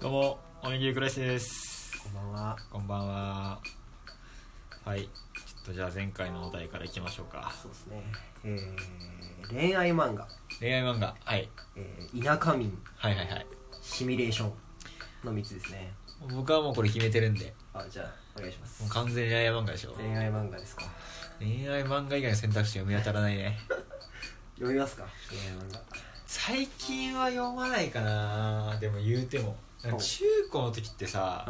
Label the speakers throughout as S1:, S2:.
S1: どうもおにぎりクラシです
S2: こんばんは。
S1: こんばんははいちょっとじゃあ前回のお題からいきましょうか
S2: そうですね。えー、恋愛漫画、
S1: 恋愛漫画、はい、
S2: えー、田舎民
S1: はいはいはい
S2: シミュレーションの3つですね。
S1: 僕はもうこれ決めてるんで
S2: あ、じゃあお願いします
S1: もう。完全に恋愛漫画でしょ
S2: 恋愛漫画ですか。
S1: 恋愛漫画以外の選択肢が見当たらないね
S2: 読みますか。恋愛漫画。
S1: 最近は読まないかなでも言うてもなんか中高の時ってさ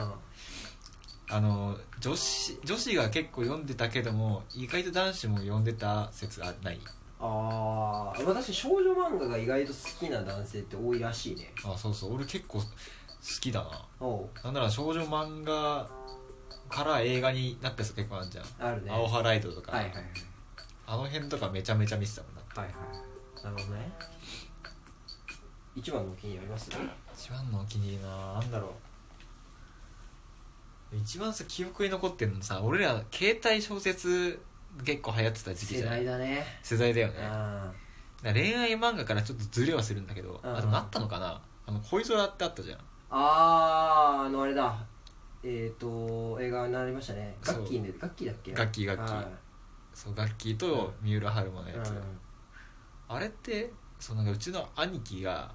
S1: あの女子女子が結構読んでたけども意外と男子も読んでた説がない
S2: ああー、私少女漫画が意外と好きな男性って多いらしいね。
S1: あそうそう俺結構好きだな
S2: おう、
S1: なんなら少女漫画から映画になったやつ結構あるじゃん、
S2: あるね。
S1: アオ
S2: は
S1: ハライドとか、
S2: いはいはい。
S1: あの辺とかめちゃめちゃ見てたもんな
S2: はいはい。なるほどね。一番のお気に入りあります
S1: 一番のお気に入りななんだろう一番さ記憶に残ってるのさ俺ら携帯小説結構流行ってた時期
S2: 世
S1: じゃない
S2: 代だね。
S1: 世代だよねだか
S2: あ
S1: ら恋愛漫画からちょっとズレはするんだけど、
S2: うん
S1: あでもあったのかなあの恋空ってあったじゃん
S2: ーあー、あのあれだ。えっ、ー、と、映画になりましたね。ガッキーね、ガッキーだっけ
S1: 楽器楽器
S2: はい
S1: そう楽器と三浦春馬のやつ、
S2: う
S1: あれってそうなんかうちの兄貴が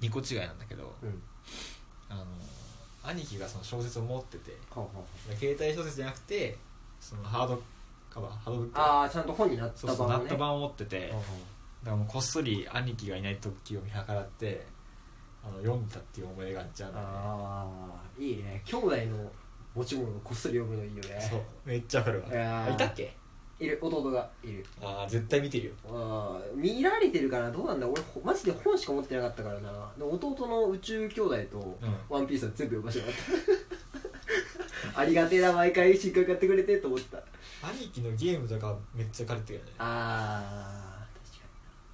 S1: 2個違いなんだけど、
S2: んうん
S1: あの兄貴がその小説を持ってて
S2: ほうほう
S1: 携帯小説じゃなくてそのハードカバーハードブック
S2: ああちゃんと本になっ
S1: そう
S2: た
S1: そう
S2: 版
S1: ナッ
S2: をね
S1: ト版を持っててだ
S2: ほ
S1: か
S2: う
S1: らもうこっそり兄貴がいない時を見計らってあの読んだっていう思い出があっちゃう
S2: ほうん
S1: だよね
S2: ああいいね兄弟の持ち物をこっそり読むのいいよね
S1: そうめっちゃわかるわ
S2: いやー
S1: いたっけ
S2: いる弟がいる
S1: ああ絶対見てるよ
S2: あー見られてるからどうなんだ俺ほマジで本しか持ってなかったからなで弟の宇宙兄弟と
S1: うん
S2: 「ワンピースは全部読ませてもらった ありがてえな毎回新刊買ってくれてと思った
S1: 兄貴のゲームとかめっちゃ借りてるよね
S2: あー確か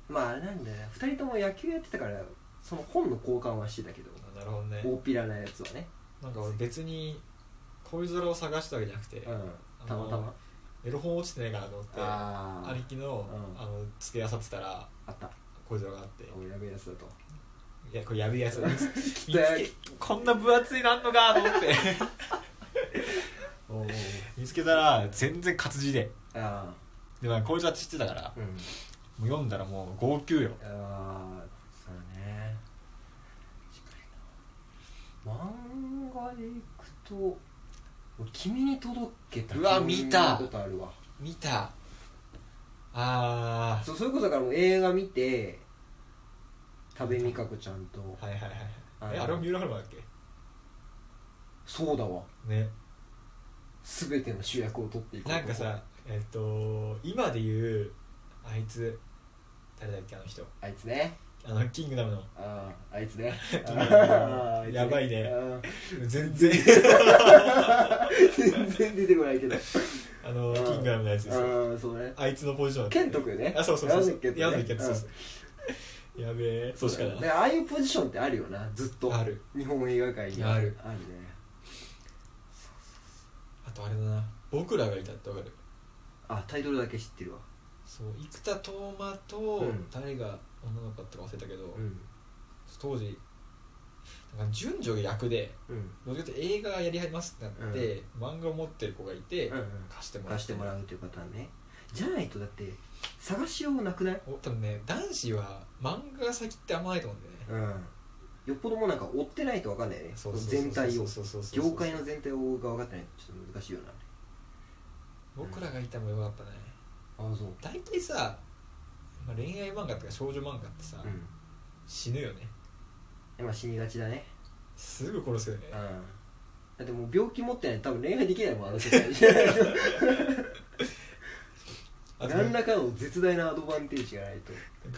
S2: にまああれなんだよね2人とも野球やってたからその本の交換はしてたけど
S1: なるほどね
S2: 大っぴらなやつはね、
S1: なんか俺別に恋空を探したわけじゃなくて
S2: うん、たまた
S1: あの
S2: ま
S1: エロ本落ちてないかなと思って
S2: あー
S1: 兄貴の,、
S2: うん
S1: あの付けあさってたら
S2: あった
S1: こういうのがあって
S2: おやべえやつだと
S1: いやこれやべえやつ だ見つ見つ
S2: で
S1: けこんな分厚いなんのかと思って
S2: お
S1: 見つけたら全然活字で
S2: あ
S1: でまあこいつは知ってたから
S2: ー、うん、
S1: もう読んだらもう号泣よ
S2: あーそうだね確かにな漫画でいくと俺君に届けた
S1: うわ
S2: 君に
S1: 見た
S2: ことあるわ
S1: 見たあ
S2: そうそれこそだからもう映画見て多部未華子ちゃんと
S1: あはいはいはい
S2: あ
S1: え
S2: の
S1: あれも三浦春馬だっけ
S2: そうだわ
S1: ね
S2: 全ての主役を取っていく
S1: なんかさえっと今で言うあいつ誰だっけあの人
S2: あいつね
S1: あのキングダムの
S2: あーあいつね
S1: グダム
S2: あーあつ
S1: やばいね
S2: あー
S1: 全然
S2: 全然出てこないけど
S1: あの キングダムのやつですよ
S2: うんそうね
S1: あいつのポジションだった
S2: ケント君ね
S1: あそうそうそうそう
S2: 山崎
S1: 山
S2: ケントね
S1: そうそうやべえそうしかない
S2: でああいうポジションってあるよなずっと
S1: ある
S2: 日本映画界に
S1: ある
S2: あるね
S1: あとあれだな僕らがいたってわかる
S2: あタイトルだけ知ってるわ
S1: そう生田斗真と
S2: うん
S1: 誰が女の子だったか忘れたけど、
S2: ん
S1: 当時なんか順序が役で
S2: うん
S1: どっちかというと映画やりますってなって、漫画を持ってる子がいて、
S2: うんうん
S1: 貸してもらって
S2: 貸してもらうというパターンねじゃないとだって探しようなくない
S1: お多分ね男子は漫画が先ってあんまないと思うんだよね、
S2: うんよっぽどもうなんか追ってないと分かんないよね
S1: そうそうそう
S2: 全体を
S1: そうそうそうそう
S2: 業界の全体を追うが分かってないとちょっと難しいよな
S1: 僕らがいたのもよかったね
S2: あそう
S1: 大体さ、まあ、恋愛漫画とか少女漫画ってさ、
S2: うん
S1: 死ぬよね
S2: えまあ死にがちだね
S1: すぐ殺すよね
S2: うんだってもう病気持ってないと多分恋愛できないもんあの 世界何
S1: あとなんから
S2: かの絶大なアドバンテージがないと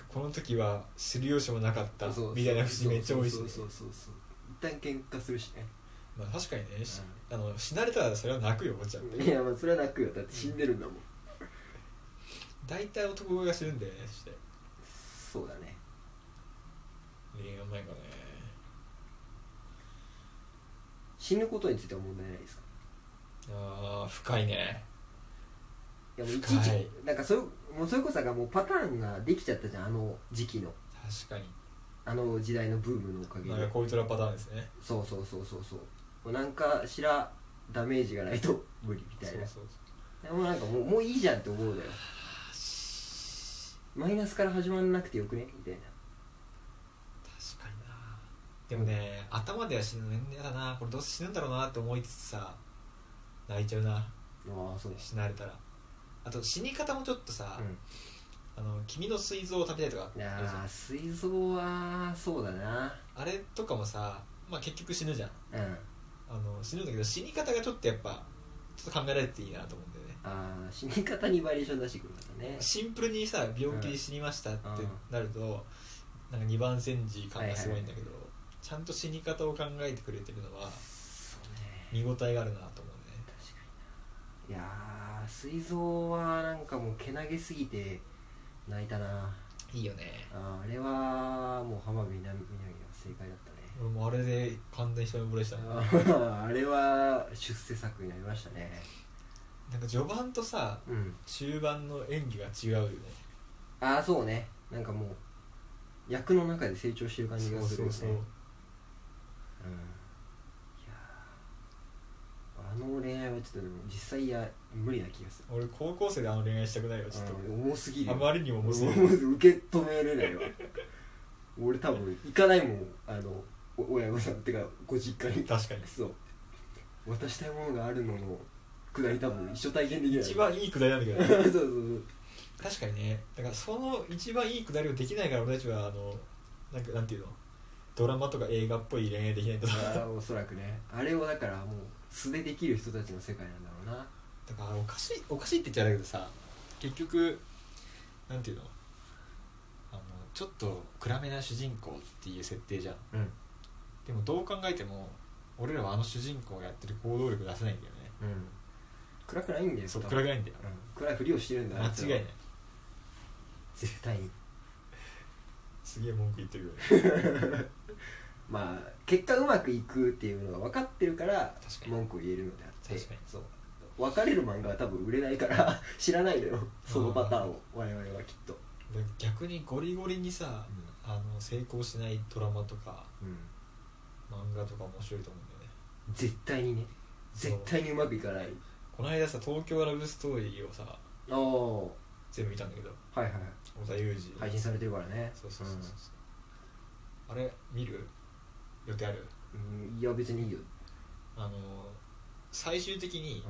S1: この時は知る由もなかった
S2: そう
S1: みたいな節めっちゃ多いし
S2: そ
S1: ね
S2: うそうそうそうそう一旦喧嘩するしね
S1: まあ確かにねしあの死なれたらそれは泣くよこっちは
S2: うんいやまあそれは泣くよだって死んでるんだもん、
S1: 大体男が死ぬんだよねそして
S2: そうだね
S1: 恋愛漫画ね
S2: 死ぬことについては問題ないですか
S1: あー深いね
S2: いやもういちいち
S1: 深い
S2: なんかそれもうそれこそがもうパターンができちゃったじゃんあの時期の
S1: 確かに
S2: あの時代のブームのおかげで
S1: なんかこういうトラパターンですね
S2: そうそうそうそうそうもうなんかしらダメージがないと 無理みたいな
S1: そう
S2: でもなんかもうもういいじゃんって思うだよマイナスから始まんなくてよくねみたいな
S1: そう確かになでもね頭では死ぬの嫌だなこれどうせ死ぬんだろうなって思いつつさ泣いちゃうな
S2: ああそう
S1: 死なれたらあと死に方もちょっとさ、
S2: う
S1: あの君の膵臓を食べたいとかあ
S2: ん、い
S1: るじゃ
S2: や
S1: ん
S2: ー膵臓はそうだな
S1: あれとかもさ、まあ、結局死ぬじゃん
S2: うんあ
S1: あの死ぬんだけど死に方がちょっとやっぱちょっと考えられていいなと思うんだよね
S2: あー死に方にバリエーション出してくるから ね
S1: シンプルにさ病気で死にましたってなると、なんか2番煎じ感がすごいんだけど、ちゃんと死に方を考えてくれてるのは
S2: そうね
S1: 見応えがあるなと思うね
S2: 確かにないやー膵臓はなんかもうけなげすぎて泣いたない
S1: いよね
S2: あーあれはもう浜辺美波美波が正解だったね
S1: 俺もうあれで完全に一目惚れしたもん
S2: あーあれは出世作になりましたね
S1: なんか序盤とさ
S2: うん
S1: 中盤の演技が違うよね
S2: ああそうねなんかもう役の中で成長してる感じがするよね
S1: そう
S2: うんいやーあの恋愛はちょっとでも実際や無理な気がする
S1: 俺高校生であの恋愛したくないよちょっと、
S2: うん重すぎる
S1: あまりにも重すぎる
S2: もう受け止めれないわ俺多分行かないもんあのお親御さんってかご実家に
S1: 確かに
S2: そう渡したいものがあるののくだり多分一生体験できない
S1: 一番いいくだりなんだけどね
S2: そうそうそう
S1: 確かにねだからその一番いいくだりをできないから俺たちはあのなんかなんていうのドラマとか映画っぽい恋愛できないんだと
S2: あーおそらくねあれをだからもう素でできる人たちの世界なんだろうな
S1: だからおかしいおかしいって言っちゃあれだけどさ結局なんていうのあのちょっと暗めな主人公っていう設定じゃん
S2: うん
S1: でもどう考えても俺らはあの主人公がやってる行動力出せないんだよね
S2: うん暗くないんだよ
S1: そう
S2: 多
S1: 暗
S2: 分
S1: くないんだよ
S2: うん暗いふりをしてるんだ
S1: 間違いない
S2: 絶 対に
S1: すげえ文句言ってるよね
S2: まあ結果うまくいくっていうのが分かってるから
S1: 確かに
S2: 文句を言えるのであって
S1: 確かに
S2: そう別れる漫画は多分売れないから 知らないのよそのパターンを我々はきっと
S1: で逆にゴリゴリにさあの成功しないドラマとか
S2: うん
S1: 漫画とか面白いと思うんだよね
S2: 絶対にね
S1: そう
S2: 絶対にうまくいかない
S1: この間さ東京ラブストーリーをさ
S2: ああは
S1: 全部見たんだけど
S2: いはい
S1: 小田裕二
S2: 配信されてるからね
S1: そうそうそうそうあれ見る予定ある
S2: うん、うんいや別にいいよ
S1: あの最終的に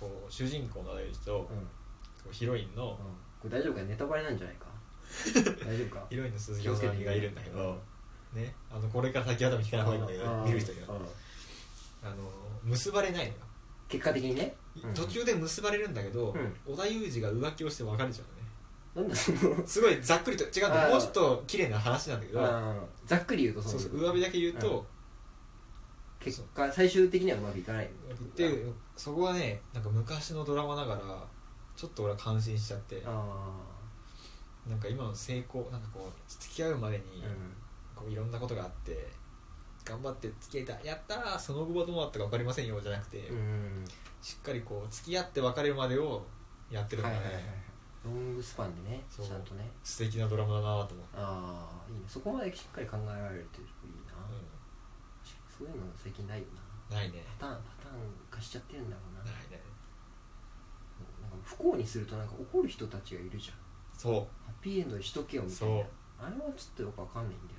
S2: う
S1: こう主人公の小田裕二と
S2: んうん
S1: こうヒロインの
S2: これ大丈夫かネタバレなんじゃな いか大丈夫か
S1: ヒロインの鈴木雅美がいるんだけどねあのこれから先は多分聞かない方がいいんだけ
S2: あ
S1: ど
S2: ー
S1: 見る人には
S2: あー
S1: あの結ばれないのよ
S2: 結果的にねうん
S1: 途中で結ばれるんだけど
S2: うん
S1: 小田裕二が浮気をして別れちゃうのね
S2: なんだその
S1: すごいざっくりと違うんだ
S2: あー
S1: もうちょっと綺麗な話なんだけど
S2: あーざっくり言うと
S1: そうそう
S2: の
S1: 上辺だけ言う
S2: うん
S1: と
S2: 結果最終的にはうまくいかない
S1: でそこはねなんか昔のドラマながらちょっと俺は感心しちゃって
S2: あ
S1: なんか今の成功なんかこう付き合うまでに
S2: あ、う
S1: こういろんなことがあって頑張って付き合えたやったーその後はどうなったか分かりませんよじゃなくて、
S2: ん、うん、
S1: しっかりこう付き合って別れるまでをやってるの
S2: は
S1: が
S2: い
S1: ね、
S2: はいはいロングスパンでねち
S1: そ
S2: ゃ
S1: うん
S2: とね
S1: 素敵なドラマだなと思って、
S2: ああいいねそこまでしっかり考えられてるといいな、
S1: う、
S2: そういうの最近ないよなん
S1: ないね
S2: パターンパターン化しちゃってるんだろうな
S1: ないね
S2: なんか不幸にするとなんか怒る人たちがいるじゃん
S1: そう
S2: ハッピーエンドにしとけよみたい
S1: そう
S2: なあれはちょっとよくわかんないんだよ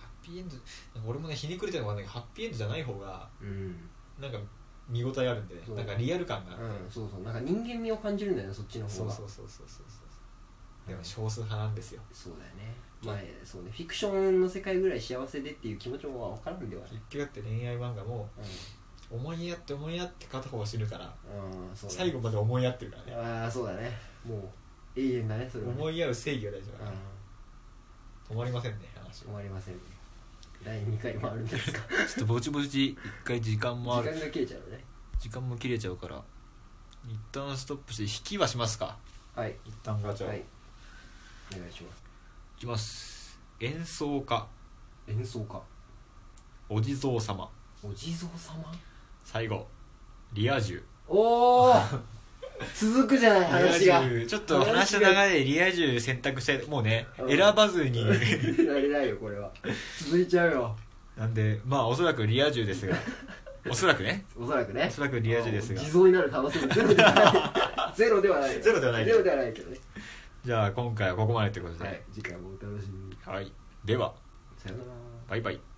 S1: ハッピーエンドなんか俺もねひねくれてるのがねハッピーエンドじゃない方が
S2: なうん
S1: なんか見応えあるんでね
S2: そう
S1: なんかリアル感があって、
S2: うん、そうそうなんか人間味を感じるんだよねそっちの方
S1: そう
S2: が
S1: そうそうそうそうそうでも少数派なんですよ
S2: そうだよねまあそうねフィクションの世界ぐらい幸せでっていう気持ちも分からんではない
S1: 結局だって恋愛漫画も思いやって思いやって片方は死ぬから
S2: うん、うん、そうだね
S1: 最後まで思いやってるからね
S2: ああそうだねもう永遠だねそれは、ね、
S1: 思いやる正義が大事だ
S2: う
S1: から
S2: ん
S1: 止まりませんね話
S2: 終わりませんね第2回もある んです
S1: ち
S2: か
S1: ょっとぼちぼち一回時間
S2: 時間が切れちゃうね
S1: 時間も切れちゃうから一旦ストップして引きはしますか
S2: はい
S1: 一旦ガチャ
S2: はい
S1: い
S2: お願いします
S1: きます演奏家
S2: 演奏家
S1: お地蔵様
S2: お地蔵様
S1: 最後リア充
S2: おお続くじゃない話が
S1: リア充ちょっと話の流れでリア充選択してもうね選ばず に
S2: やれないよこれは続いちゃうよ
S1: なんでまあおそらくリア充 ですがおそらくね
S2: おそらくね
S1: おそらくリア充ですが
S2: 偽造になる可能性もゼロではないゼロではない
S1: ゼロではない
S2: ゼロではないけどね
S1: じゃあ今回はここまでということ
S2: はい
S1: で、
S2: 次回もお楽しみに
S1: はい、では
S2: さよなら
S1: バイバイ